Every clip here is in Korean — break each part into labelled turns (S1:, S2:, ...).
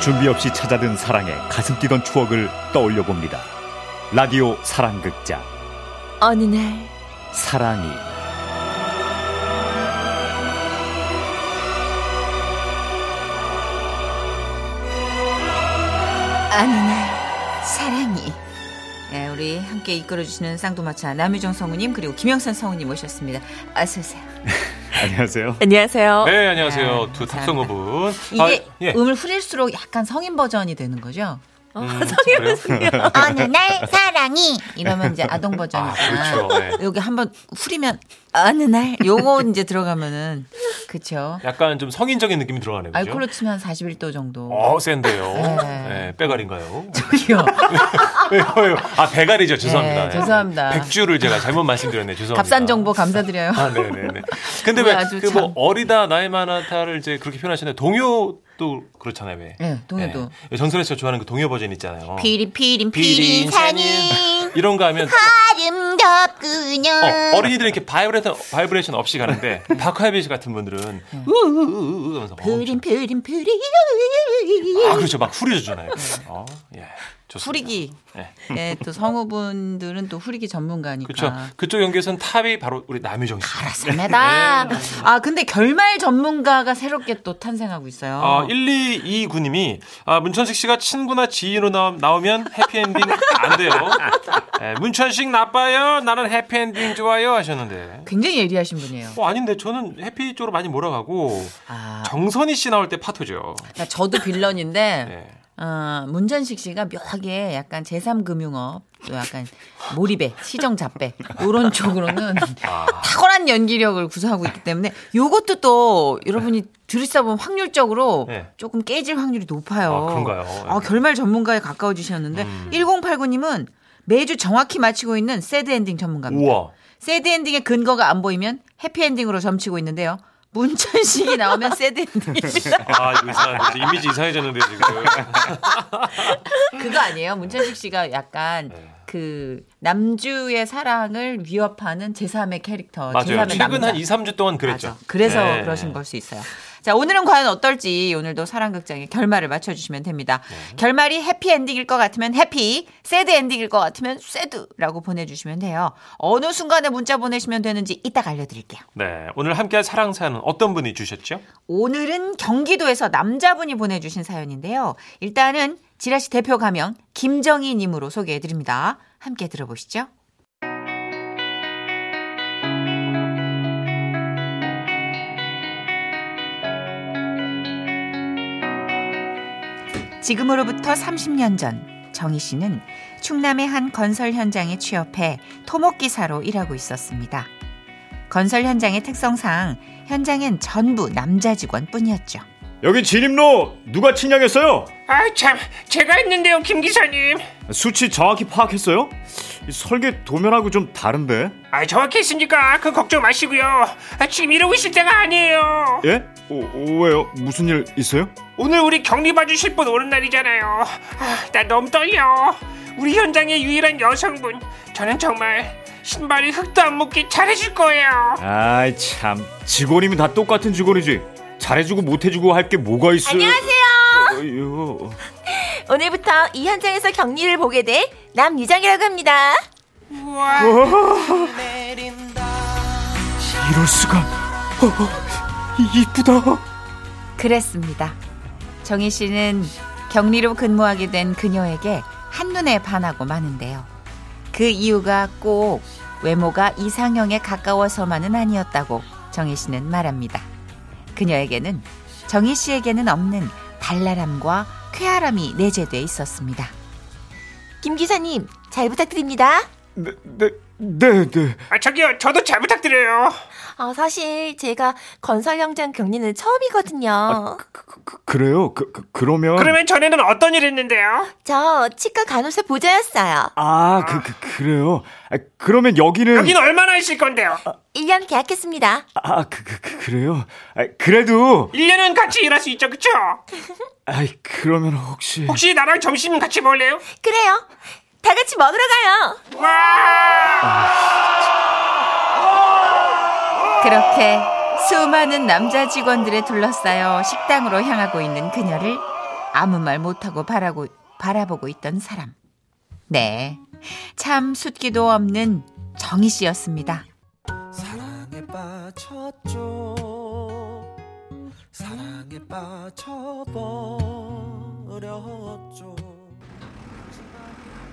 S1: 준비 없이 찾아든 사랑에 가슴 뛰던 추억을 떠올려 봅니다. 라디오 사랑극장
S2: 어느 날
S1: 사랑이
S2: 어느 날 사랑이
S3: 네, 우리 함께 이끌어주시는 쌍도마차 남유정 성우님 그리고 김영선 성우님 모셨습니다. 어서 오세요.
S1: 안녕하세요.
S2: 안녕하세요.
S4: 네, 안녕하세요.
S3: 아,
S4: 두
S3: 감사합니다.
S4: 탑성어분.
S3: 이게
S4: 아, 예. 음,
S3: 음을 흐릴수록 약간 성인 버전이 되는 거죠.
S4: 그래요?
S3: 어느 날 사랑이 이러면 이제 아동 버전이다.
S4: 아, 그렇죠. 네.
S3: 여기 한번 후리면 어느 날 요거 이제 들어가면은 그렇죠.
S4: 약간 좀 성인적인 느낌이 들어가네요. 그죠?
S3: 알콜로 치면 한 41도 정도.
S4: 어, 센데요.
S3: 그렇죠. 네.
S4: 네, 빼갈인가요?
S3: 저기요.
S4: 왜요? 아, 배갈이죠. 죄송합니다.
S3: 네, 죄송합니다.
S4: 백주를 제가 잘못 말씀드렸네요. 죄송합니다.
S3: 값싼 정보 감사드려요.
S4: 아, 네네네. 근데
S3: 뭐야,
S4: 왜,
S3: 아주
S4: 그 뭐,
S3: 참.
S4: 어리다, 나이 많아다를 이제 그렇게 표현하시는데, 동요도 그렇잖아요, 왜.
S3: 네, 동요도.
S4: 네. 정선혜 씨가 좋아하는 그 동요 버전 있잖아요.
S3: 피리 피린
S4: 피린
S3: 피린 산이
S4: 산이. 이런 거 하면
S3: 아름답군요.
S4: 어, 린이들은 이렇게 바이브레이션, 바이브레이션 없이 가는데 박하예빈 씨 같은 분들은 우우우우 하면서 어,
S3: 푸린 푸린 푸린
S4: 아 그렇죠 막 후려주잖아요. 어, 예, 좋습니다.
S3: 후리기.
S4: 예.
S3: 예, 또 성우분들은 또 후리기 전문가니까.
S4: 그렇죠. 그쪽 연기에서는 탑이 바로 우리 남유정 씨.
S3: 알았습니다.
S4: 네.
S3: 아, 근데 결말 전문가가 새롭게 또 탄생하고 있어요.
S4: 아, 1229님이 아, 문천식 씨가 친구나 지인으로 나오- 나오면 해피엔딩 안 돼요. 예, 문천식 나빠요. 나는 해피엔딩 좋아요 하셨는데.
S3: 굉장히 예리하신 분이에요.
S4: 어, 아닌데 저는 해피 쪽으로 많이 몰아가고
S3: 아,
S4: 정선희 씨 나올 때 파토죠.
S3: 그러니까 저도 빌런인데,
S4: 예.
S3: 어, 문전식 씨가 묘하게 약간 제3금융업, 또 약간 몰입에, 시정잡배, 이런 쪽으로는
S4: 아.
S3: 탁월한 연기력을 구사하고 있기 때문에 요것도 또 여러분이 들으시다 보면 확률적으로
S4: 네.
S3: 조금 깨질 확률이 높아요.
S4: 아, 그런가요? 음.
S3: 아, 결말 전문가에 가까워지셨는데 1089님은 매주 정확히 맞히고 있는 새드 엔딩 전문가입니다.
S4: 우와.
S3: 새드 엔딩의 근거가 안 보이면 해피 엔딩으로 점치고 있는데요. 문천식이 나오면 새드 엔딩
S4: 아, 이거 이상한데. 이미지 이상해졌는데, 지금.
S3: 그거 아니에요? 문천식 씨가 약간
S4: 네.
S3: 그 남주의 사랑을 위협하는 제3의 캐릭터,
S4: 맞아요.
S3: 제3의
S4: 최근
S3: 남자.
S4: 한 2, 3주 동안 그랬죠.
S3: 맞아. 그래서
S4: 네.
S3: 그러신 걸 수 있어요. 자, 오늘은 과연 어떨지 오늘도 사랑극장의 결말을 맞춰주시면 됩니다.
S4: 네.
S3: 결말이 해피엔딩일 것 같으면 해피, 새드엔딩일 것 같으면 새드라고 보내주시면 돼요. 어느 순간에 문자 보내시면 되는지 이따가 알려드릴게요.
S4: 네. 오늘 함께할 사랑사는 어떤 분이 주셨죠?
S3: 오늘은 경기도에서 남자분이 보내주신 사연인데요. 일단은 지라시 대표 가명 김정희님으로 소개해드립니다. 함께 들어보시죠. 지금으로부터 30년 전 정희 씨는 충남의 한 건설 현장에 취업해 토목기사로 일하고 있었습니다. 건설 현장의 특성상 현장엔 전부 남자 직원뿐이었죠.
S1: 여기 진입로 누가 침략했어요?
S5: 아 참 제가 했는데요 김 기사님
S1: 수치 정확히 파악했어요? 이 설계 도면하고 좀 다른데?
S5: 아 정확히 했으니까 그 걱정 마시고요 아, 지금 이러고 있을 때가 아니에요
S1: 예? 오, 오, 왜요? 무슨 일 있어요?
S5: 오늘 우리 격리 봐주실 분 오는 날이잖아요 아, 나 너무 떨려 우리 현장의 유일한 여성분 저는 정말 신발이 흙도 안 묻게 잘해줄 거예요
S1: 아이 참 직원이면 다 똑같은 직원이지 잘해주고 못해주고 할 게 뭐가 있어? 안녕하세요.
S2: 오늘부터 이 현장에서 격리를 보게 될 남유정이라고 합니다.
S5: 우와
S1: 이럴 수가. 어, 어, 이쁘다.
S3: 그랬습니다. 정희 씨는 격리로 근무하게 된 그녀에게 한눈에 반하고 마는데요. 그 이유가 꼭 외모가 이상형에 가까워서만은 아니었다고 정희 씨는 말합니다. 그녀에게는 정희 씨에게는 없는 발랄함과 쾌활함이 내재돼 있었습니다.
S2: 김 기사님 잘 부탁드립니다.
S1: 네, 네, 네, 네.
S5: 아 저기요 저도 잘 부탁드려요
S2: 아, 사실 제가 건설 현장 격리는 처음이거든요.
S1: 그래요? 그, 그 그러면
S5: 그러면 전에는 어떤 일 했는데요
S2: 저 치과 간호사 보자였어요.
S1: 아, 그, 그 그래요. 아, 그러면 여기는
S5: 여긴 얼마나 있을 건데요
S2: 1년 계약했습니다.
S1: 아, 그, 그, 그 그래요. 아, 그래도
S5: 1년은 같이 일할 수 있죠 그쵸
S1: 아, 그러면 혹시
S5: 혹시 나랑 점심 같이 먹을래요
S2: 그래요. 다 같이 먹으러 가요.
S5: 와
S3: 그렇게 수많은 남자 직원들에 둘러싸여 식당으로 향하고 있는 그녀를 아무 말 못하고 바라고, 바라보고 있던 사람. 네. 참 숫기도 없는 정희 씨였습니다.
S6: 사랑에 빠졌죠 사랑에 빠져버렸죠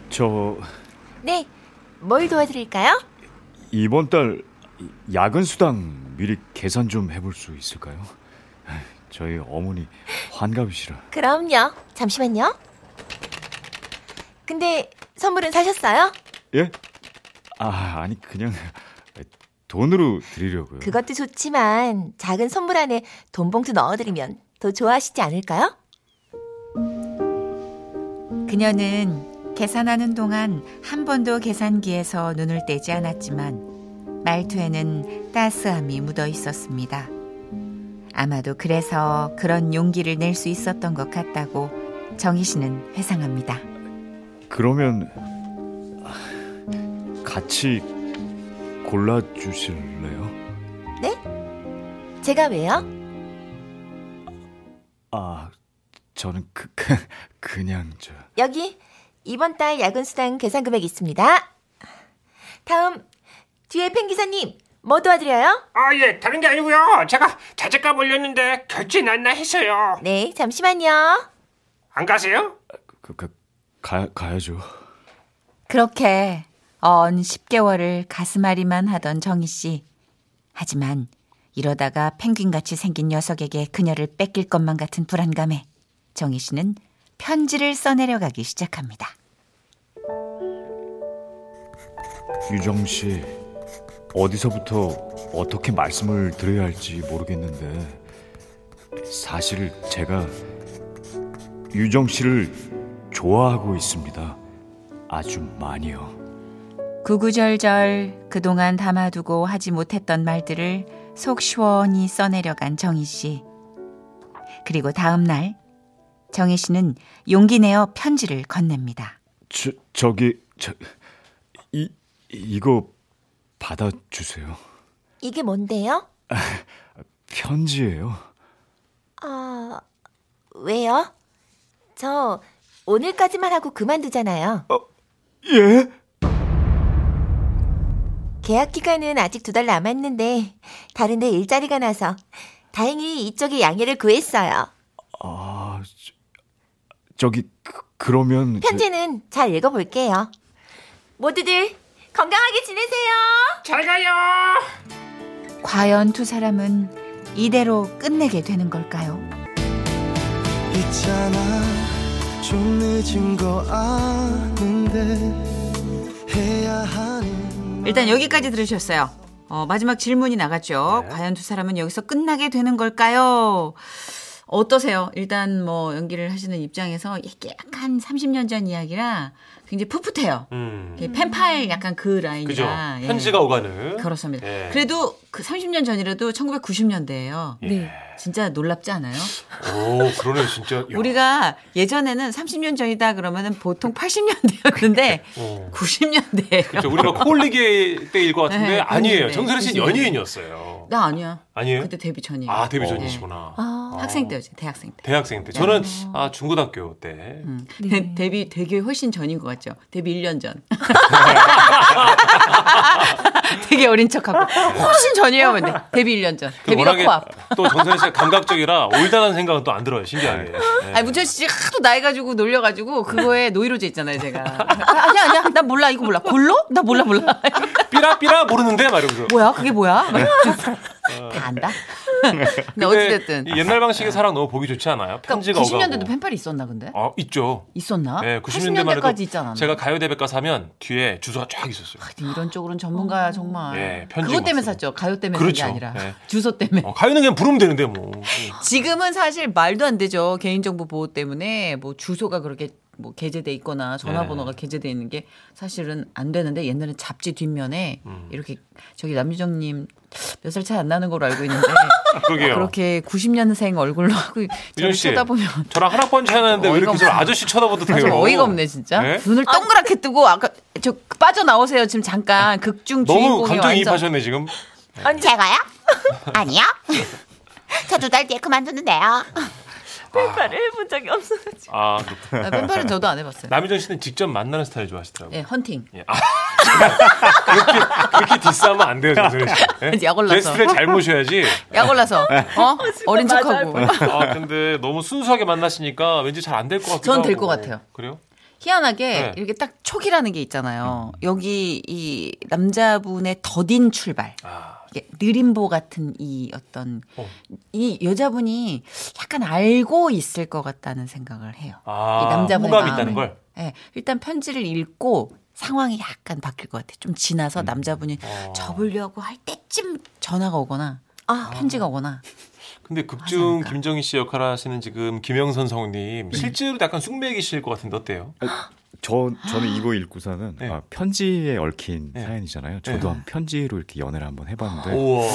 S1: 저
S2: 네, 뭘 도와드릴까요?
S1: 이번 달 야근 수당 미리 계산 좀 해볼 수 있을까요? 저희 어머니 환갑이시라.
S2: 그럼요. 잠시만요. 근데 선물은 사셨어요?
S1: 예? 아 아니 그냥 돈으로 드리려고요.
S2: 그것도 좋지만 작은 선물 안에 돈 봉투 넣어드리면 더 좋아하시지 않을까요?
S3: 그녀는 계산하는 동안 한 번도 계산기에서 눈을 떼지 않았지만 말투에는 따스함이 묻어 있었습니다. 아마도 그래서 그런 용기를 낼 수 있었던 것 같다고 정희 씨는 회상합니다.
S1: 그러면 아, 같이 골라 주실래요?
S2: 제가 왜요?
S1: 아 저는 그, 그냥 저
S2: 여기 이번 달 야근 수당 계산 금액 있습니다. 다음 뒤에 팬 기사님 뭐 도와드려요?
S5: 아, 예, 다른 게 아니고요. 제가 자재값 올렸는데 결제 났나 했어요.
S2: 네, 잠시만요.
S5: 안 가세요?
S1: 그, 그, 가, 가야죠.
S3: 그렇게 언 10개월을 가슴앓이만 하던 정희 씨. 하지만 이러다가 펭귄같이 생긴 녀석에게 그녀를 뺏길 것만 같은 불안감에 정희 씨는 편지를 써내려가기 시작합니다.
S1: 유정 씨 어디서부터 어떻게 말씀을 드려야 할지 모르겠는데 사실 제가 유정 씨를 좋아하고 있습니다. 아주 많이요.
S3: 구구절절 그동안 담아두고 하지 못했던 말들을 속 시원히 써내려간 정희 씨. 그리고 다음 날 정희 씨는 용기 내어 편지를 건넵니다.
S1: 저 저기 저이 이거 받아 주세요.
S2: 이게 뭔데요?
S1: 편지예요.
S2: 아, 왜요? 저 오늘까지만 하고 그만두잖아요.
S1: 예?
S2: 계약 기간은 아직 두 달 남았는데 다른 데 일자리가 나서 다행히 이쪽에 양해를 구했어요.
S1: 아 저, 저기 그, 그러면 저-
S2: 편지는 잘 읽어볼게요. 모두들 건강하게 지내세요.
S5: 잘 가요.
S3: 과연 두 사람은 이대로 끝내게 되는 걸까요?
S6: 있잖아 좀 늦은 거 아는데 해야 하는
S3: 일단 여기까지 들으셨어요. 어, 마지막 질문이 나갔죠.
S4: 네.
S3: 과연 두 사람은 여기서 끝나게 되는 걸까요? 어떠세요? 일단 뭐 연기를 하시는 입장에서 이게 약간 30년 전 이야기라 굉장히 풋풋해요.
S4: 음.
S3: 이게 펜팔 약간 그 라인이라.
S4: 그죠.
S3: 예.
S4: 편지가 오가는.
S3: 그렇습니다.
S4: 예.
S3: 그래도 그 30년 전이라도 1990년대예요.
S4: 네.
S3: 진짜 놀랍지 않아요?
S4: 오, 그러네 진짜. 야.
S3: 우리가 예전에는 30년 전이다 그러면은 보통 80년대였는데
S4: 어.
S3: 90년대예요.
S4: 저 우리가 코올리게 때일 것 같은데
S3: 네,
S4: 아니에요.
S3: 네,
S4: 정선혜 씨는
S3: 그렇습니다. 네.
S4: 연예인이었어요.
S3: 나 아니야.
S4: 아니에요?
S3: 그때 데뷔 전이에요. 네.
S4: 아 데뷔
S1: 어.
S4: 전이시구나.
S2: 아,
S3: 학생 때였지, 대학생 때.
S4: 대학생 때. 저는 아 중고등학교 때.
S3: 네. 음. 데뷔 되게 훨씬 전인 것 같죠? 데뷔 1년 전. 되게 어린 척하고. 훨씬 전이에요, 근데. 데뷔 1년 전.
S4: 그
S3: 데뷔가 코앞.
S4: 또 정선혜 씨가 감각적이라 올다는 생각은 또 안 들어요. 신기하게. 네.
S3: 아니, 문철 씨 하도 나이 가지고 놀려 가지고 그거에 노이로제 있잖아요, 제가. 아, 아니야, 아니야. 나 몰라. 이거 몰라. 골로? 나 몰라, 몰라.
S4: 삐라삐라 모르는데 말이면서.
S3: 뭐야? 그게 뭐야?
S4: 네.
S3: 막 이러면서. 다 안다. 근데 어찌 됐든
S4: 어. 네.
S3: 그러니까
S4: 이 옛날 방식의 사랑 너무 보기 좋지 않아요? 편지가 오가고.
S3: 90년대도 펜팔이 있었나 근데?
S4: 아 있죠.
S3: 있었나?
S4: 네, 90년대만 해도
S3: 80년대까지 있지 않았나?
S4: 제가 가요 대백 가서 하면 뒤에 주소가 쫙 있었어요.
S3: 근데 이런 쪽으로는 전문가 정말.
S4: 예, 편지
S3: 그것 때문에
S4: 막 쓰고.
S3: 샀죠. 가요 때문에
S4: 그렇죠.
S3: 산게 아니라
S4: 예.
S3: 주소 때문에.
S4: 어, 가요는 그냥 부르면 되는데 뭐.
S3: 지금은 사실 말도 안 되죠. 개인정보 보호 때문에 뭐 주소가 그렇게 뭐 게재돼 있거나
S4: 네.
S3: 전화번호가 게재돼 있는 게 사실은 안 되는데 옛날에 잡지 뒷면에
S4: 음.
S3: 이렇게 저기 남유정님 몇 살 차이 안 나는 걸로 알고 있는데
S4: 그러게요.
S3: 아, 그렇게 90년생 얼굴로 하고 저를
S4: 유정 씨,
S3: 쳐다보면
S4: 저랑 한 학번 차이 나는데 왜
S3: 어이가
S4: 이렇게 저를
S3: 없네.
S4: 아저씨 쳐다보듯
S3: 좀
S4: 해요?
S3: 어이가 없네 진짜
S4: 네?
S3: 눈을
S2: 아.
S3: 동그랗게 뜨고 아까 저 빠져 나오세요 지금 잠깐 극중
S4: 너무
S3: 주인공이 완전
S4: 감정이입하셨네 지금.
S2: 언제
S7: 제가요? 아니요. 저 두 달 뒤에 그만두는데요.
S2: 펜팔을 해본 적이 없어가지고.
S4: 아, 그렇구나.
S3: 아, 왼팔은 저도 안 해봤어요.
S4: 남희정 씨는 직접 만나는 스타일 좋아하시더라고요.
S3: 예, 헌팅.
S4: 예. 아, 그렇게, 그렇게 디스하면 안 돼요, 정선희 씨. 예?
S3: 약 올라서.
S4: 게스트를 잘 모셔야지.
S3: 약 올라서
S4: 네.
S3: 어? 어린
S2: 맞아요.
S3: 척하고.
S4: 아, 근데 너무 순수하게 만나시니까 왠지 잘 안 될 것 같기도
S3: 전
S4: 하고.
S3: 될것 같아요.
S4: 그래요?
S3: 희한하게
S4: 네.
S3: 이렇게 딱 촉이라는 게 있잖아요. 여기 이 남자분의 더딘 출발.
S4: 아,
S3: 이게 느림보 같은 이 어떤
S4: 어.
S3: 이 여자분이 약간 알고 있을 것 같다는 생각을 해요.
S4: 아,
S3: 이 남자분의
S4: 호감이
S3: 마음을.
S4: 있다는 걸?
S3: 네, 일단 편지를 읽고 상황이 약간 바뀔 것 같아요. 좀
S4: 음.
S3: 지나서 남자분이
S4: 아.
S3: 접으려고 할 때쯤 전화가 오거나 편지가 오거나
S4: 근데 극중 김정희 씨 역할을 하시는 지금 김영선
S3: 네.
S4: 성우님 실제로 약간 쑥맥이실 것 같은데 어때요?
S7: 네.
S1: 저 저는 이거 읽고서는
S4: 네.
S1: 아, 편지에 얽힌
S4: 네.
S1: 사연이잖아요. 저도
S4: 네.
S1: 한 편지로 이렇게 연애를 한번 해봤는데
S4: 우와.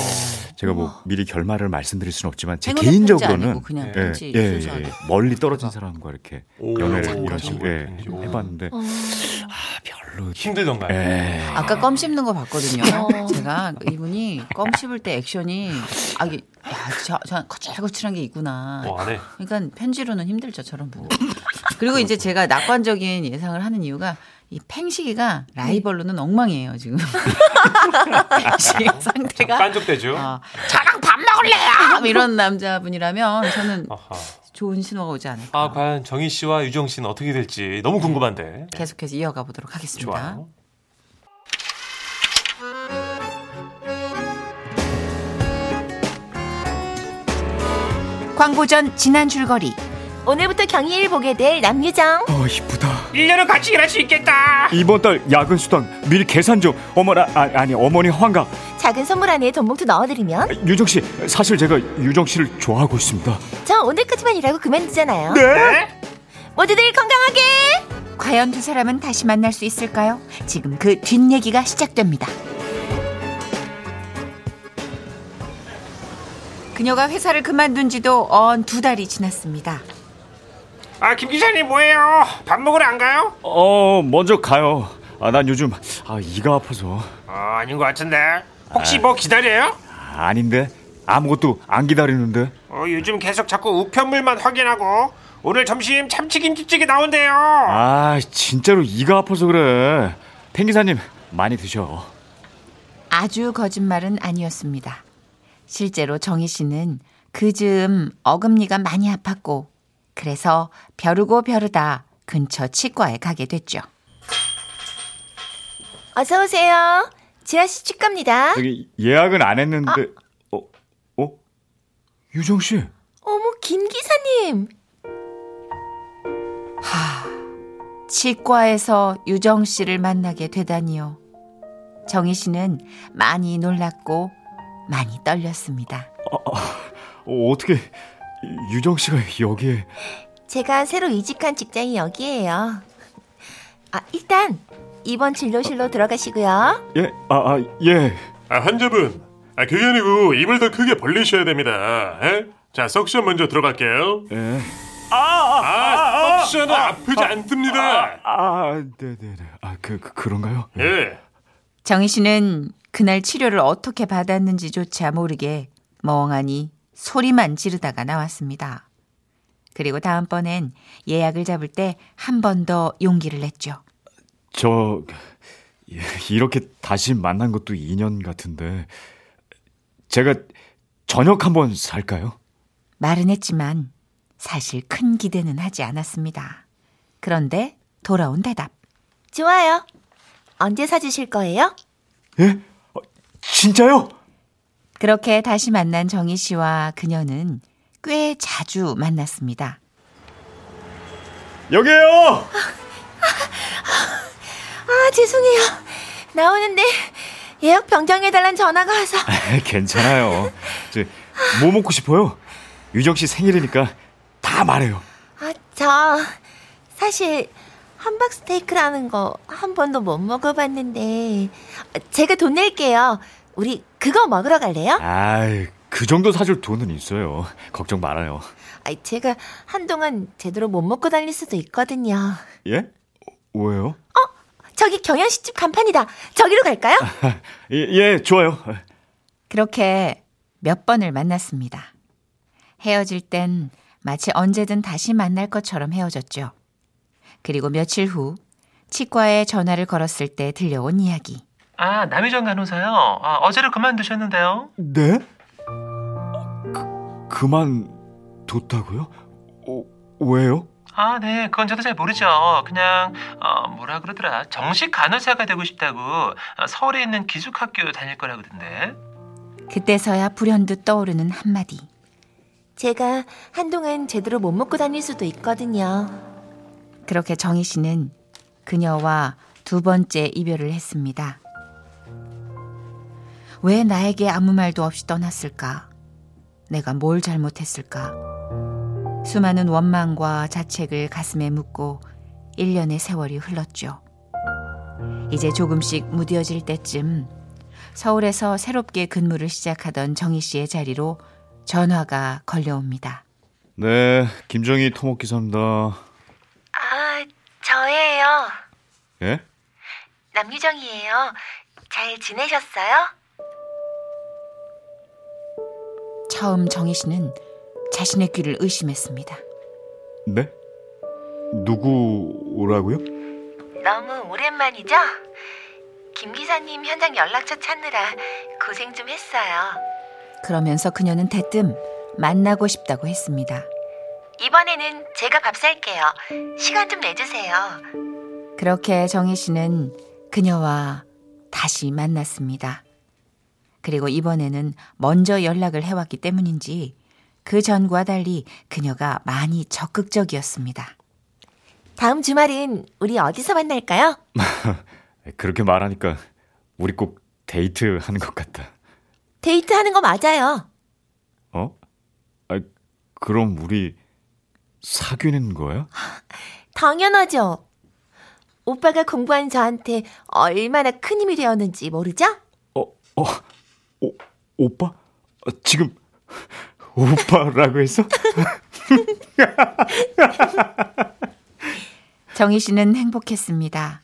S1: 제가 뭐 미리 결말을 말씀드릴 수는 없지만 제
S3: 행운의 편지
S1: 개인적으로는
S3: 아니고 그냥
S4: 예,
S3: 편지
S1: 예, 예,
S3: 순수하게.
S1: 예. 멀리 떨어진 사람과 이렇게
S4: 오,
S1: 연애를
S4: 장난
S1: 이런 식으로 예,
S4: 장난 장난.
S1: 해봤는데
S3: 어.
S1: 아 별로
S4: 힘들던가요?
S7: 네.
S1: 예.
S3: 아까 껌 씹는 거 봤거든요.
S4: 네.
S3: 제가 이분이 껌 씹을 때 액션이 아 이게 야, 저, 저 거칠거칠한 게 있구나.
S4: 어, 안 해.
S3: 그러니까 편지로는 힘들죠 저런 부분. 그리고 이제 제가 낙관적인 예상을 하는 이유가 이 팽식이가 라이벌로는 엉망이에요 지금. 팽식
S4: 아,
S3: 상태가
S4: 깐족되죠?
S3: 어, 저랑 밥 먹을래요 이런 남자분이라면 저는
S4: 아하.
S3: 좋은 신호가 오지 않을까.
S4: 아, 과연 정희 씨와 유정 씨는 어떻게 될지
S3: 네.
S4: 너무 궁금한데.
S3: 계속해서 이어가 보도록 하겠습니다.
S4: 좋아요.
S3: 광고 전 지난 줄거리.
S2: 오늘부터 경희일 보게 될 남유정.
S1: 어 이쁘다.
S5: 1년은 같이 일할 수 있겠다.
S1: 이번 달 야근 수당 미리 계산 좀 어머나 아, 아니 어머니 환갑
S2: 작은 선물 안에 돈봉투 넣어드리면
S1: 유정 씨 사실 제가 유정 씨를 좋아하고 있습니다.
S2: 저 오늘까지만 일하고 그만두잖아요.
S5: 네?
S2: 모두들 건강하게.
S3: 과연 두 사람은 다시 만날 수 있을까요? 지금 그 뒷얘기가 시작됩니다. 그녀가 회사를 그만둔 지도 언 두 달이 지났습니다.
S5: 아, 김 기사님 뭐예요? 밥 먹으러 안 가요?
S1: 어 먼저 가요. 아 난 요즘 아 이가 아파서
S5: 어, 아닌 것 같은데. 혹시 뭐 기다려요?
S1: 아, 아닌데 아무것도 안 기다리는데.
S5: 어, 요즘 계속 자꾸 우편물만 확인하고 오늘 점심 참치김치찌개 나온대요.
S1: 아 진짜로 이가 아파서 그래. 팽기사님 많이 드셔.
S3: 아주 거짓말은 아니었습니다. 실제로 정희 씨는 그 즈음 어금니가 많이 아팠고 그래서 벼르고 벼르다 근처 치과에 가게 됐죠.
S2: 어서 오세요. 지아 씨 축갑니다.
S1: 저기 예약은 안 했는데 어? 어? 유정 씨?
S2: 어머 김 기사님.
S3: 치과에서 유정 씨를 만나게 되다니요. 정희 씨는 많이 놀랐고 많이 떨렸습니다.
S1: 어, 어떻게 유정 씨가 여기에
S2: 제가 새로 이직한 직장이 여기예요. 아 일단 이번 진료실로 들어가시고요.
S1: 예? 아, 아 예.
S7: 아, 환자분. 아, 그게 아니고 입을 더 크게 벌리셔야 됩니다. 에? 자, 석션 먼저 들어갈게요.
S4: 네.
S1: 예.
S7: 아, 석션은 아프지 않습니다.
S1: 아, 네, 네, 네. 아, 그, 그 그런가요?
S7: 예.
S3: 정희 씨는 그날 치료를 어떻게 받았는지조차 모르게 멍하니 소리만 지르다가 나왔습니다. 그리고 다음번엔 예약을 잡을 때 한 번 더 용기를 냈죠.
S1: 저 예, 이렇게 다시 만난 것도 인연 같은데 제가 저녁 한번 살까요?
S3: 말은 했지만 사실 큰 기대는 하지 않았습니다. 그런데 돌아온 대답.
S2: 좋아요. 언제 사주실 거예요?
S1: 예? 어, 진짜요?
S3: 그렇게 다시 만난 정희 씨와 그녀는 꽤 자주 만났습니다.
S1: 여기에요.
S2: 아 죄송해요. 나오는데 예약 변경해달란 전화가 와서
S1: 네, 괜찮아요. 저 뭐 먹고 싶어요? 유정 씨 생일이니까 다 말해요.
S2: 아 저 사실 함박 스테이크라는 거 한 번도 못 먹어봤는데 제가 돈 낼게요. 우리 그거 먹으러 갈래요?
S1: 아이, 그 정도 사줄 돈은 있어요. 걱정 말아요.
S2: 아 제가 한동안 제대로 못 먹고 다닐 수도 있거든요.
S1: 예? 왜요?
S2: 저기 경현씨 집 간판이다. 저기로 갈까요?
S1: 예, 예, 좋아요.
S3: 그렇게 몇 번을 만났습니다. 헤어질 땐 마치 언제든 다시 만날 것처럼 헤어졌죠. 그리고 며칠 후 치과에 전화를 걸었을 때 들려온 이야기.
S8: 아, 남희정 간호사요? 아, 어제를 그만두셨는데요?
S1: 네? 그, 그만 뒀다고요? 어, 왜요?
S8: 아, 네. 그건 저도 잘 모르죠. 그냥, 어, 뭐라 그러더라. 정식 간호사가 되고 싶다고 어, 서울에 있는 기숙학교 다닐 거라거든데.
S3: 그때서야 불현듯 떠오르는 한마디.
S2: 제가 한동안 제대로 못 먹고 다닐 수도 있거든요.
S3: 그렇게 정희 씨는 그녀와 두 번째 이별을 했습니다. 왜 나에게 아무 말도 없이 떠났을까? 내가 뭘 잘못했을까? 수많은 원망과 자책을 가슴에 묻고 1년의 세월이 흘렀죠. 이제 조금씩 무뎌질 때쯤 서울에서 새롭게 근무를 시작하던 정희 씨의 자리로 전화가 걸려옵니다.
S1: 네, 김정희 토목 기사입니다.
S2: 아, 저예요.
S1: 예?
S2: 남유정이에요. 잘 지내셨어요?
S3: 처음 정희 씨는 자신의 귀를 의심했습니다.
S1: 네? 누구라고요?
S2: 너무 오랜만이죠? 김 기사님 현장 연락처 찾느라 고생 좀 했어요.
S3: 그러면서 그녀는 대뜸 만나고 싶다고 했습니다.
S2: 이번에는 제가 밥 살게요. 시간 좀 내주세요.
S3: 그렇게 정희 씨는 그녀와 다시 만났습니다. 그리고 이번에는 먼저 연락을 해왔기 때문인지 그 전과 달리 그녀가 많이 적극적이었습니다.
S2: 다음 주말은 우리 어디서 만날까요?
S1: 그렇게 말하니까 우리 꼭 데이트 하는 것 같다.
S2: 데이트 하는 거 맞아요.
S1: 어? 아, 그럼 우리 사귀는 거야?
S2: 당연하죠. 오빠가 공부한 저한테 얼마나 큰 힘이 되었는지 모르죠?
S1: 어, 어, 오, 오빠? 아, 지금 오빠라고 했어?
S3: 정희 씨는 행복했습니다.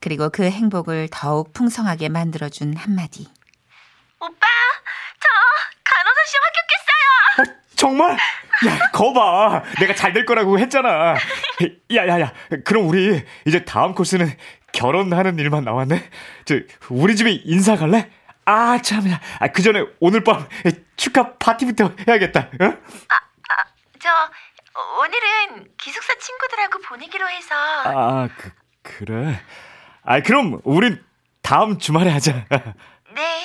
S3: 그리고 그 행복을 더욱 풍성하게 만들어준 한마디.
S2: 오빠, 저 간호사 시험 합격했어요.
S1: 정말? 야, 거봐. 내가 잘 될 거라고 했잖아. 야, 야, 야. 그럼 우리 이제 다음 코스는 결혼하는 일만 남았네. 저 우리 집에 인사 갈래? 아, 참야. 아, 그 전에 오늘 밤 축하 파티부터 해야겠다. 응?
S2: 저 오늘은 기숙사 친구들하고 보내기로 해서
S1: 아, 그, 그래. 아, 그럼 우린 다음 주말에 하자.
S2: 네.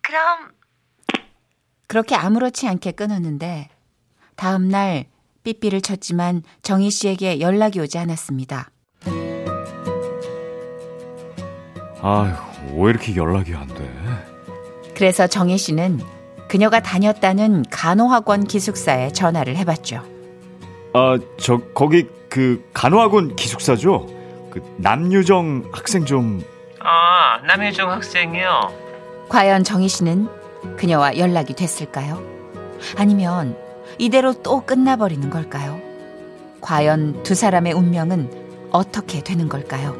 S2: 그럼
S3: 그렇게 아무렇지 않게 끊었는데 다음 날 삐삐를 쳤지만 정희 씨에게 연락이 오지 않았습니다.
S1: 아휴, 왜 이렇게 연락이 안 돼?
S3: 그래서 정혜 씨는 그녀가 다녔다는 간호학원 기숙사에 전화를 해봤죠.
S1: 아, 저 거기 그 간호학원 기숙사죠? 그 남유정 학생 좀
S8: 아, 남혜정 학생이요?
S3: 과연 정희 씨는 그녀와 연락이 됐을까요? 아니면 이대로 또 끝나버리는 걸까요? 과연 두 사람의 운명은 어떻게 되는 걸까요?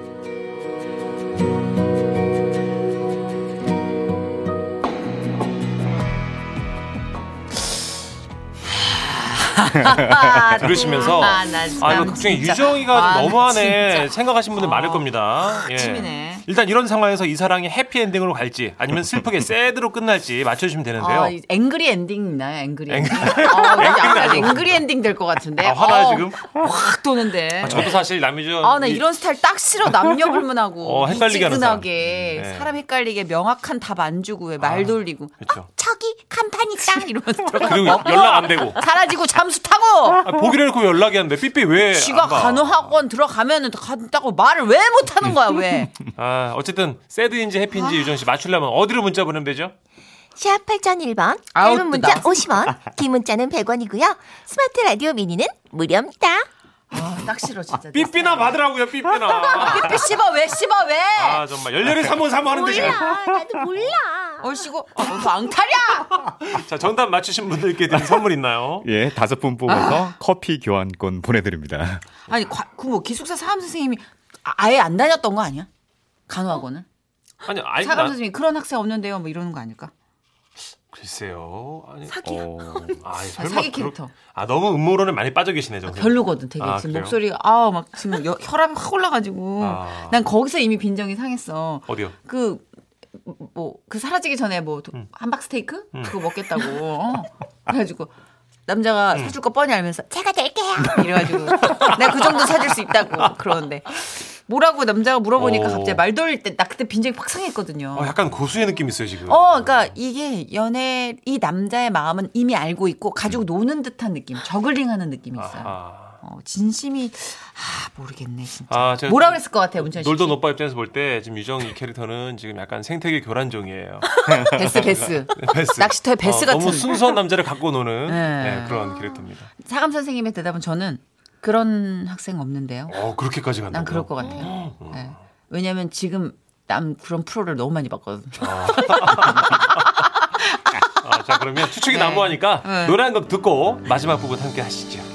S4: 들으시면서
S3: 아, 나 진짜.
S4: 아 이거 걱정이 유정이가
S3: 아, 나
S4: 좀 너무하네
S3: 진짜.
S4: 생각하신 분들 많을
S3: 아,
S4: 겁니다. 예.
S3: 아침이네.
S4: 일단 이런 상황에서 이 사랑이 해피 엔딩으로 갈지 아니면 슬프게 새드로 끝날지 맞춰주시면 되는데요.
S9: 아, 이 앵그리 엔딩 있나요? 앵그리
S4: 앵-
S3: 어,
S9: 엔딩. 아, 약간 앵그리 엔딩 될 것 같은데.
S4: 아, 화나요
S9: 어,
S4: 지금?
S9: 확 도는데.
S4: 아, 저도 사실 남유정
S9: 아, 나
S4: 이-
S9: 이런 스타일 딱 싫어. 남녀 불문하고.
S4: 어, 헷갈리게 하는
S9: 미지근하게.
S4: 사람. 네.
S9: 사람 헷갈리게 명확한 답 안 주고 왜 말 돌리고. 어,
S4: 그렇죠.
S9: 저기 간판이 딱 이러면서
S4: 그리고 연락 안 되고
S9: 사라지고 잠수 타고
S4: 아, 보기로 해놓고 연락이 안 돼. 삐삐 왜?
S9: 쥐가
S4: 네, 안 봐?
S9: 간호학원 들어가면은 간다고 말을 왜 못하는 거야 왜?
S4: 아 어쨌든 새드인지 해피인지 유정 씨 맞추려면 어디로 문자 보내면 되죠?
S2: 샵 8001번
S9: 아우,
S2: 짧은 문자
S9: 뜨다.
S2: 50원 긴 문자는 100원이고요 스마트 라디오 미니는 무료입니다
S9: 아딱 싫어 진짜.
S4: 삐삐나 받으라고요 삐삐나.
S9: 삐삐 씹어 왜 씹어 왜?
S4: 아 정말 열렬히 삼호 삼호 하는데 지금.
S2: 나도 몰라
S9: 얼씨구 어, 방탈이야.
S4: 자 정답 맞추신 분들께 드린 선물 있나요?
S1: 예, 다섯 분 뽑아서 커피 교환권 보내드립니다.
S9: 아니 그뭐 기숙사 사감 선생님이 아- 아예 안 다녔던 거 아니야? 간호학원을?
S4: 아니 아니
S9: 사감
S4: 나-
S9: 선생님이 그런 학생 없는데요 뭐 이러는 거 아닐까?
S4: 글쎄요. 아니,
S2: 사기야.
S4: 아니,
S3: 아,
S4: 설마
S3: 사기
S4: 그러-
S3: 캐릭터.
S4: 아 너무 음모론에 많이 빠져 계시네 정선.
S3: 별로거든 되게
S4: 아,
S3: 지금
S4: 그래요?
S3: 목소리가 아우 막 지금 여- 혈압이 확 올라가지고
S4: 아.
S3: 난 거기서 이미 빈정이 상했어
S4: 어디요?
S3: 그 뭐 그 사라지기 전에 뭐 도-
S4: 음.
S3: 함박 스테이크 그거 먹겠다고 어. 그래가지고
S4: 음.
S3: 남자가 사줄 거 뻔히 알면서 제가 낼게요 이래가지고 내가 그 정도 사줄 수 있다고 그러는데 뭐라고 남자가 물어보니까
S4: 오.
S3: 갑자기 말 돌릴 때 나 그때 빈정이 확 상했거든요.
S4: 어, 약간 고수의 느낌 있어요 지금.
S3: 어, 그러니까 이게 연애 이 남자의 마음은 이미 알고 있고 가지고 노는 듯한 느낌, 저글링하는 느낌이 있어요.
S4: 아,
S3: 어, 진심이 아 모르겠네 진짜.
S4: 아, 제가
S3: 뭐라 그랬을 것 같아요, 문천 씨?
S4: 놀던 오빠 입장에서 볼 때 지금 유정 이 캐릭터는 지금 약간 생태계 교란종이에요.
S3: 베스 베스.
S4: 베스.
S3: 낚시터의 베스
S4: 어, 너무
S3: 같은.
S4: 순수한 남자를 갖고 노는
S3: 네.
S4: 네, 그런 캐릭터입니다.
S3: 사감 선생님의 대답은 저는 그런 학생 없는데요.
S4: 어 그렇게까지 음. 간다.
S3: 난 그럴 것 같아요. 네. 왜냐면 지금 난 그런 프로를 너무 많이 봤거든.
S4: 아, 자 그러면 추측이
S3: 네.
S4: 난무하니까
S3: 네.
S4: 노래 한 곡 듣고 마지막 부분 함께 하시죠.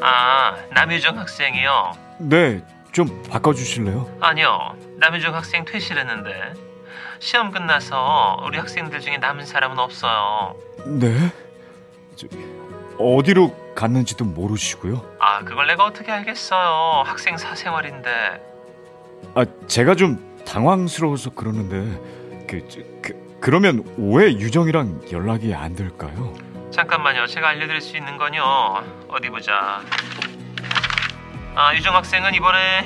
S8: 아, 남유정 학생이요.
S1: 네, 좀 바꿔주실래요?
S8: 아니요. 남유정 학생 퇴실했는데. 시험 끝나서 우리 학생들 중에 남은 사람은 없어요.
S1: 네. 저, 어디로 갔는지도 모르시고요.
S8: 아, 그걸 내가 어떻게 알겠어요. 학생 사생활인데.
S1: 아, 제가 좀 당황스러워서 그러는데, 그, 저, 그 그러면 왜 유정이랑 연락이 안 될까요?
S8: 잠깐만요. 제가 알려드릴 수 있는 건요. 어디 보자. 아, 유정 학생은 이번에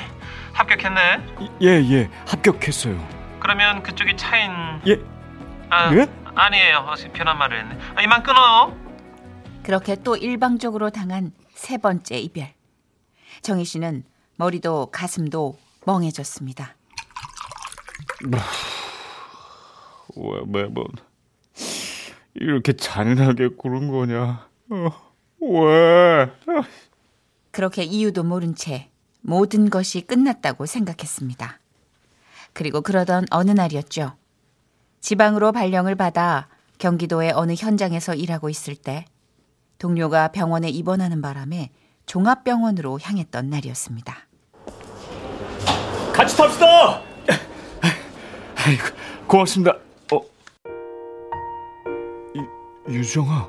S8: 합격했네.
S1: 예, 예, 합격했어요.
S8: 그러면 그쪽이 차인...
S1: 예,
S8: 아,
S1: 예?
S8: 아니에요. 어, 지금 편한 말을 했네. 아, 이만 끊어요.
S3: 그렇게 또 일방적으로 당한 세 번째 이별. 정희 씨는 머리도 가슴도 멍해졌습니다.
S1: 왜 뭐, 매번 이렇게 잔인하게 구른 거냐? 어, 왜?
S3: 그렇게 이유도 모른 채 모든 것이 끝났다고 생각했습니다. 그리고 그러던 어느 날이었죠. 지방으로 발령을 받아 경기도의 어느 현장에서 일하고 있을 때 동료가 병원에 입원하는 바람에 종합병원으로 향했던 날이었습니다.
S1: 같이 탑시다. 아이고, 고맙습니다. 어, 유, 유정아,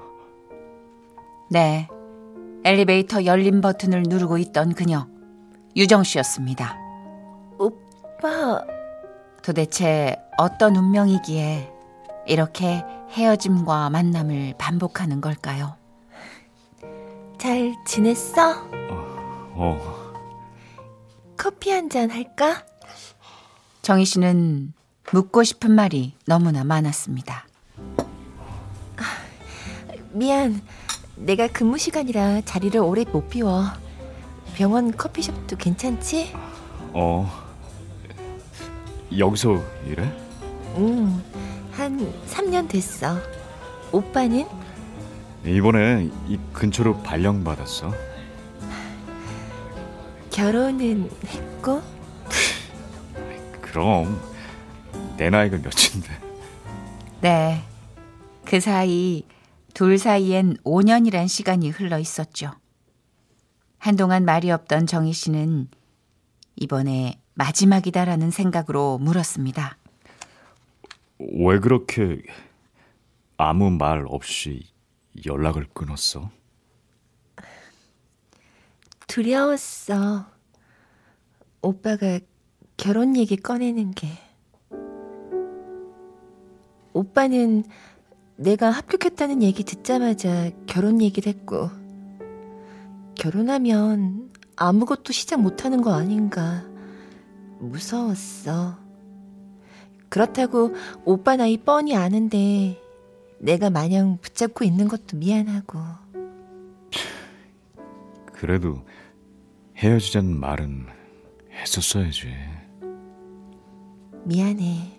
S3: 네. 엘리베이터 열림 버튼을 누르고 있던 그녀. 유정 씨였습니다.
S2: 오빠,
S3: 도대체 어떤 운명이기에 이렇게 헤어짐과 만남을 반복하는 걸까요?
S2: 잘 지냈어?
S1: 어,
S2: 커피 한 잔 할까?
S3: 정희 씨는 묻고 싶은 말이 너무나 많았습니다.
S2: 미안. 내가 근무 시간이라 자리를 오래 못 비워. 병원 커피숍도 괜찮지?
S1: 어, 여기서 일해?
S2: 응. 한 3년 됐어. 오빠는?
S1: 이번에 이 근처로 발령 받았어.
S2: 결혼은 했고?
S1: 그럼 내 나이가 몇인데?
S3: 네. 그 사이 둘 사이엔 5년이란 시간이 흘러 있었죠. 한동안 말이 없던 정희 씨는 이번에 마지막이다라는 생각으로 물었습니다.
S1: 왜 그렇게 아무 말 없이 연락을 끊었어?
S2: 두려웠어. 오빠가 결혼 얘기 꺼내는 게. 오빠는 내가 합격했다는 얘기 듣자마자 결혼 얘기를 했고, 결혼하면 아무것도 시작 못하는 거 아닌가. 무서웠어. 그렇다고 오빠 나이 뻔히 아는데, 내가 마냥 붙잡고 있는 것도 미안하고.
S1: 그래도 헤어지자는 말은 했었어야지.
S2: 미안해.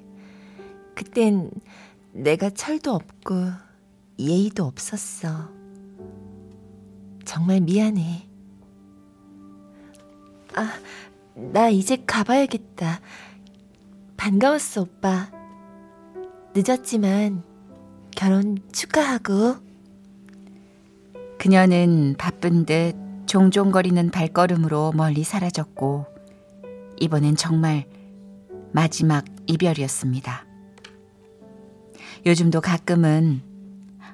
S2: 그땐 내가 철도 없고 예의도 없었어. 정말 미안해. 아, 나 이제 가봐야겠다. 반가웠어, 오빠. 늦었지만
S9: 결혼 축하하고.
S10: 그녀는 바쁜 듯 종종거리는 발걸음으로 멀리 사라졌고 이번엔 정말 마지막 이별이었습니다. 요즘도 가끔은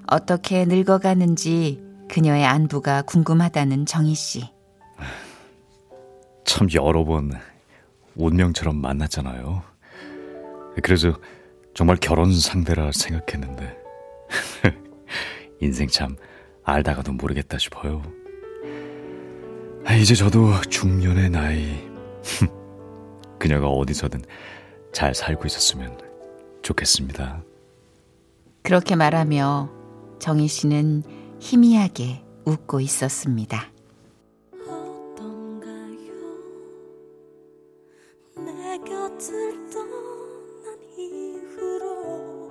S10: 어떻게 늙어가는지 그녀의 안부가 궁금하다는 정희 씨.
S1: 참 여러 번 운명처럼 만났잖아요. 그래서 정말 결혼 상대라 생각했는데 인생 참 알다가도 모르겠다 싶어요. 아, 이제 저도 중년의 나이 그녀가 어디서든 잘 살고 있었으면 좋겠습니다.
S10: 그렇게 말하며 정희 씨는 희미하게 웃고 있었습니다.
S2: 내 곁을 떠난 이후로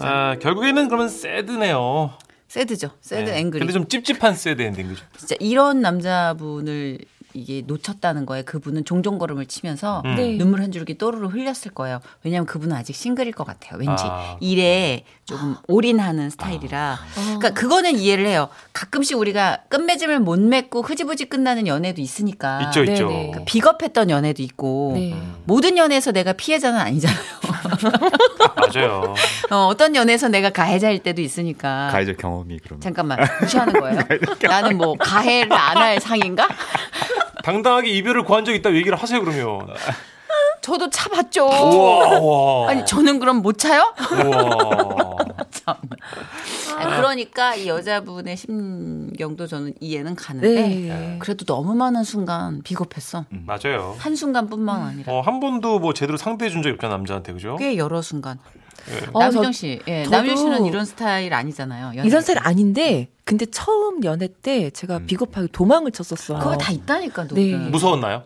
S4: 아, 결국에는 그러면 새드네요.
S3: 새드죠. 새드
S4: 네.
S3: 앵그리.
S4: 근데 좀 찝찝한 새드 엔딩이죠.
S3: 진짜 이런 남자분을 이게 놓쳤다는 거에 그분은 종종 걸음을 치면서
S4: 음. 네.
S3: 눈물 한 줄기 또르르 흘렸을 거예요. 왜냐하면 그분은 아직 싱글일 것 같아요. 왠지
S4: 아.
S3: 일에 조금
S2: 아.
S3: 올인하는 스타일이라. 그러니까 그거는 이해를 해요. 가끔씩 우리가 끝맺음을 못 맺고 흐지부지 끝나는 연애도 있으니까.
S4: 있죠, 있죠.
S9: 네네.
S3: 그러니까 비겁했던 연애도 있고
S2: 네.
S3: 모든 연애에서 내가 피해자는 아니잖아요.
S4: 맞아요.
S3: 어, 어떤 연애에서 내가 가해자일 때도 있으니까.
S1: 가해자 경험이 그러면
S3: 아. 잠깐만 무시하는 거예요? 나는 뭐 가해를 안 할 상인가?
S4: 당당하게 이별을 구한 적 있다고 얘기를 하세요, 그러면.
S3: 저도 차 봤죠.
S4: 우와, 우와.
S3: 어. 아니 저는 그럼 못 차요?
S4: 우와.
S3: 참. 아, 그러니까 이 여자분의 심경도 저는 이해는
S4: 네.
S3: 가는데
S2: 네.
S3: 아, 그래도 너무 많은 순간 비겁했어.
S4: 맞아요.
S3: 한
S2: 음.
S3: 순간뿐만 아니라
S4: 어, 한 번도 뭐 제대로 상대해 준 적이 없잖아, 남자한테. 그죠?
S3: 꽤 여러 순간.
S9: 어,
S3: 남유정
S9: 저-
S3: 씨, 예,
S9: 저도-
S3: 남유정 씨는 이런 스타일 아니잖아요. 연애.
S2: 이런 스타일 아닌데 근데 처음 연애 때 제가 비겁하게 도망을 쳤었어요.
S3: 그거 다 있다니까 누구.
S2: 네.
S3: 는
S4: 무서웠나요?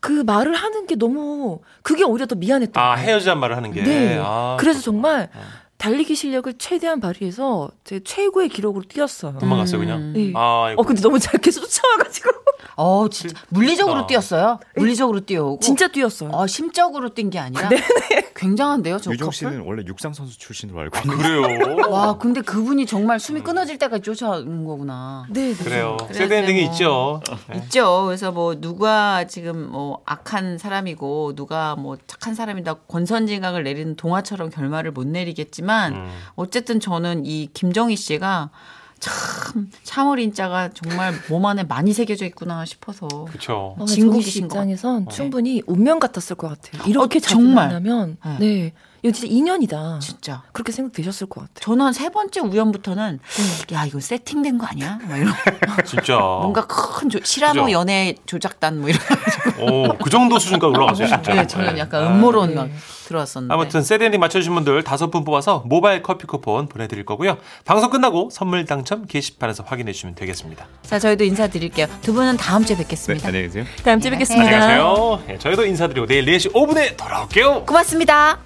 S2: 그 말을 하는 게 너무 그게 오히려 더 미안했던
S4: 아,
S2: 거예요.
S4: 헤어지란 말을 하는 게.
S2: 네.
S4: 아,
S2: 그래서 정말
S4: 네.
S2: 달리기 실력을 최대한 발휘해서 제 최고의 기록으로 뛰었어요.
S4: 도망갔어요, 그냥.
S2: 네.
S3: 음.
S4: 아,
S2: 어 근데 너무 작게 쫓아와가지고
S3: 어 진짜 물리적으로 뛰었어요. 물리적으로 뛰어오고.
S2: 진짜 뛰었어요.
S3: 어 심적으로 뛴 게 아니라. 네. 굉장한데요, 저
S1: 유정
S3: 커플. 아,
S1: 씨는 원래 육상 선수 출신으로 알고 있는데
S4: 아, 그래요.
S3: 와, 근데 그분이 정말 숨이
S1: 음.
S3: 끊어질 때까지 쫓아온 거구나.
S2: 네, 네.
S4: 그래요.
S3: 그래서
S4: 세대 엔딩이
S3: 뭐-
S4: 있죠.
S1: 네.
S3: 있죠. 그래서 뭐 누가 지금 뭐 악한 사람이고 누가 뭐 착한 사람이다 권선징악을 내리는 동화처럼 결말을 못 내리겠지만
S4: 음.
S3: 어쨌든 저는 이 김정희 씨가 참 참월인자가 정말 몸 안에 많이 새겨져 있구나 싶어서
S4: 그쵸.
S2: 아마
S3: 진국이신
S2: 정희 씨
S3: 것
S2: 입장에서
S4: 어.
S2: 충분히 운명 같았을 것 같아요. 이렇게 자주
S3: 어, 정말.
S2: 만나면
S3: 네.
S2: 네 이거 진짜 인연이다.
S3: 진짜
S2: 그렇게 생각되셨을 것 같아요.
S3: 저는 한 세 번째 우연부터는 야 이거 세팅된 거 아니야? 막 이런
S4: 진짜.
S3: 뭔가 큰 조, 시라모
S4: 그죠?
S3: 연애 조작단 뭐 이런
S4: 오, 그 정도 수준까지 올라갔어요, 진짜.
S3: 네, 저는 약간
S4: 아.
S3: 음모론 막
S2: 네.
S3: 들어왔었는데
S4: 네. 아무튼 세대 엔딩 맞춰주신 분들 다섯 분 뽑아서 모바일 커피 쿠폰 보내드릴 거고요. 방송 끝나고 선물 당첨 게시판에서 확인해 주시면 되겠습니다.
S3: 자 저희도 인사드릴게요. 두 분은 다음 주에
S1: 네,
S3: 뵙겠습니다.
S1: 안녕히 계세요.
S9: 네.
S2: 다음 주에 뵙겠습니다.
S4: 네 안녕하세요. 예, 저희도 인사드리고 내일 4시 5분에 돌아올게요.
S3: 고맙습니다.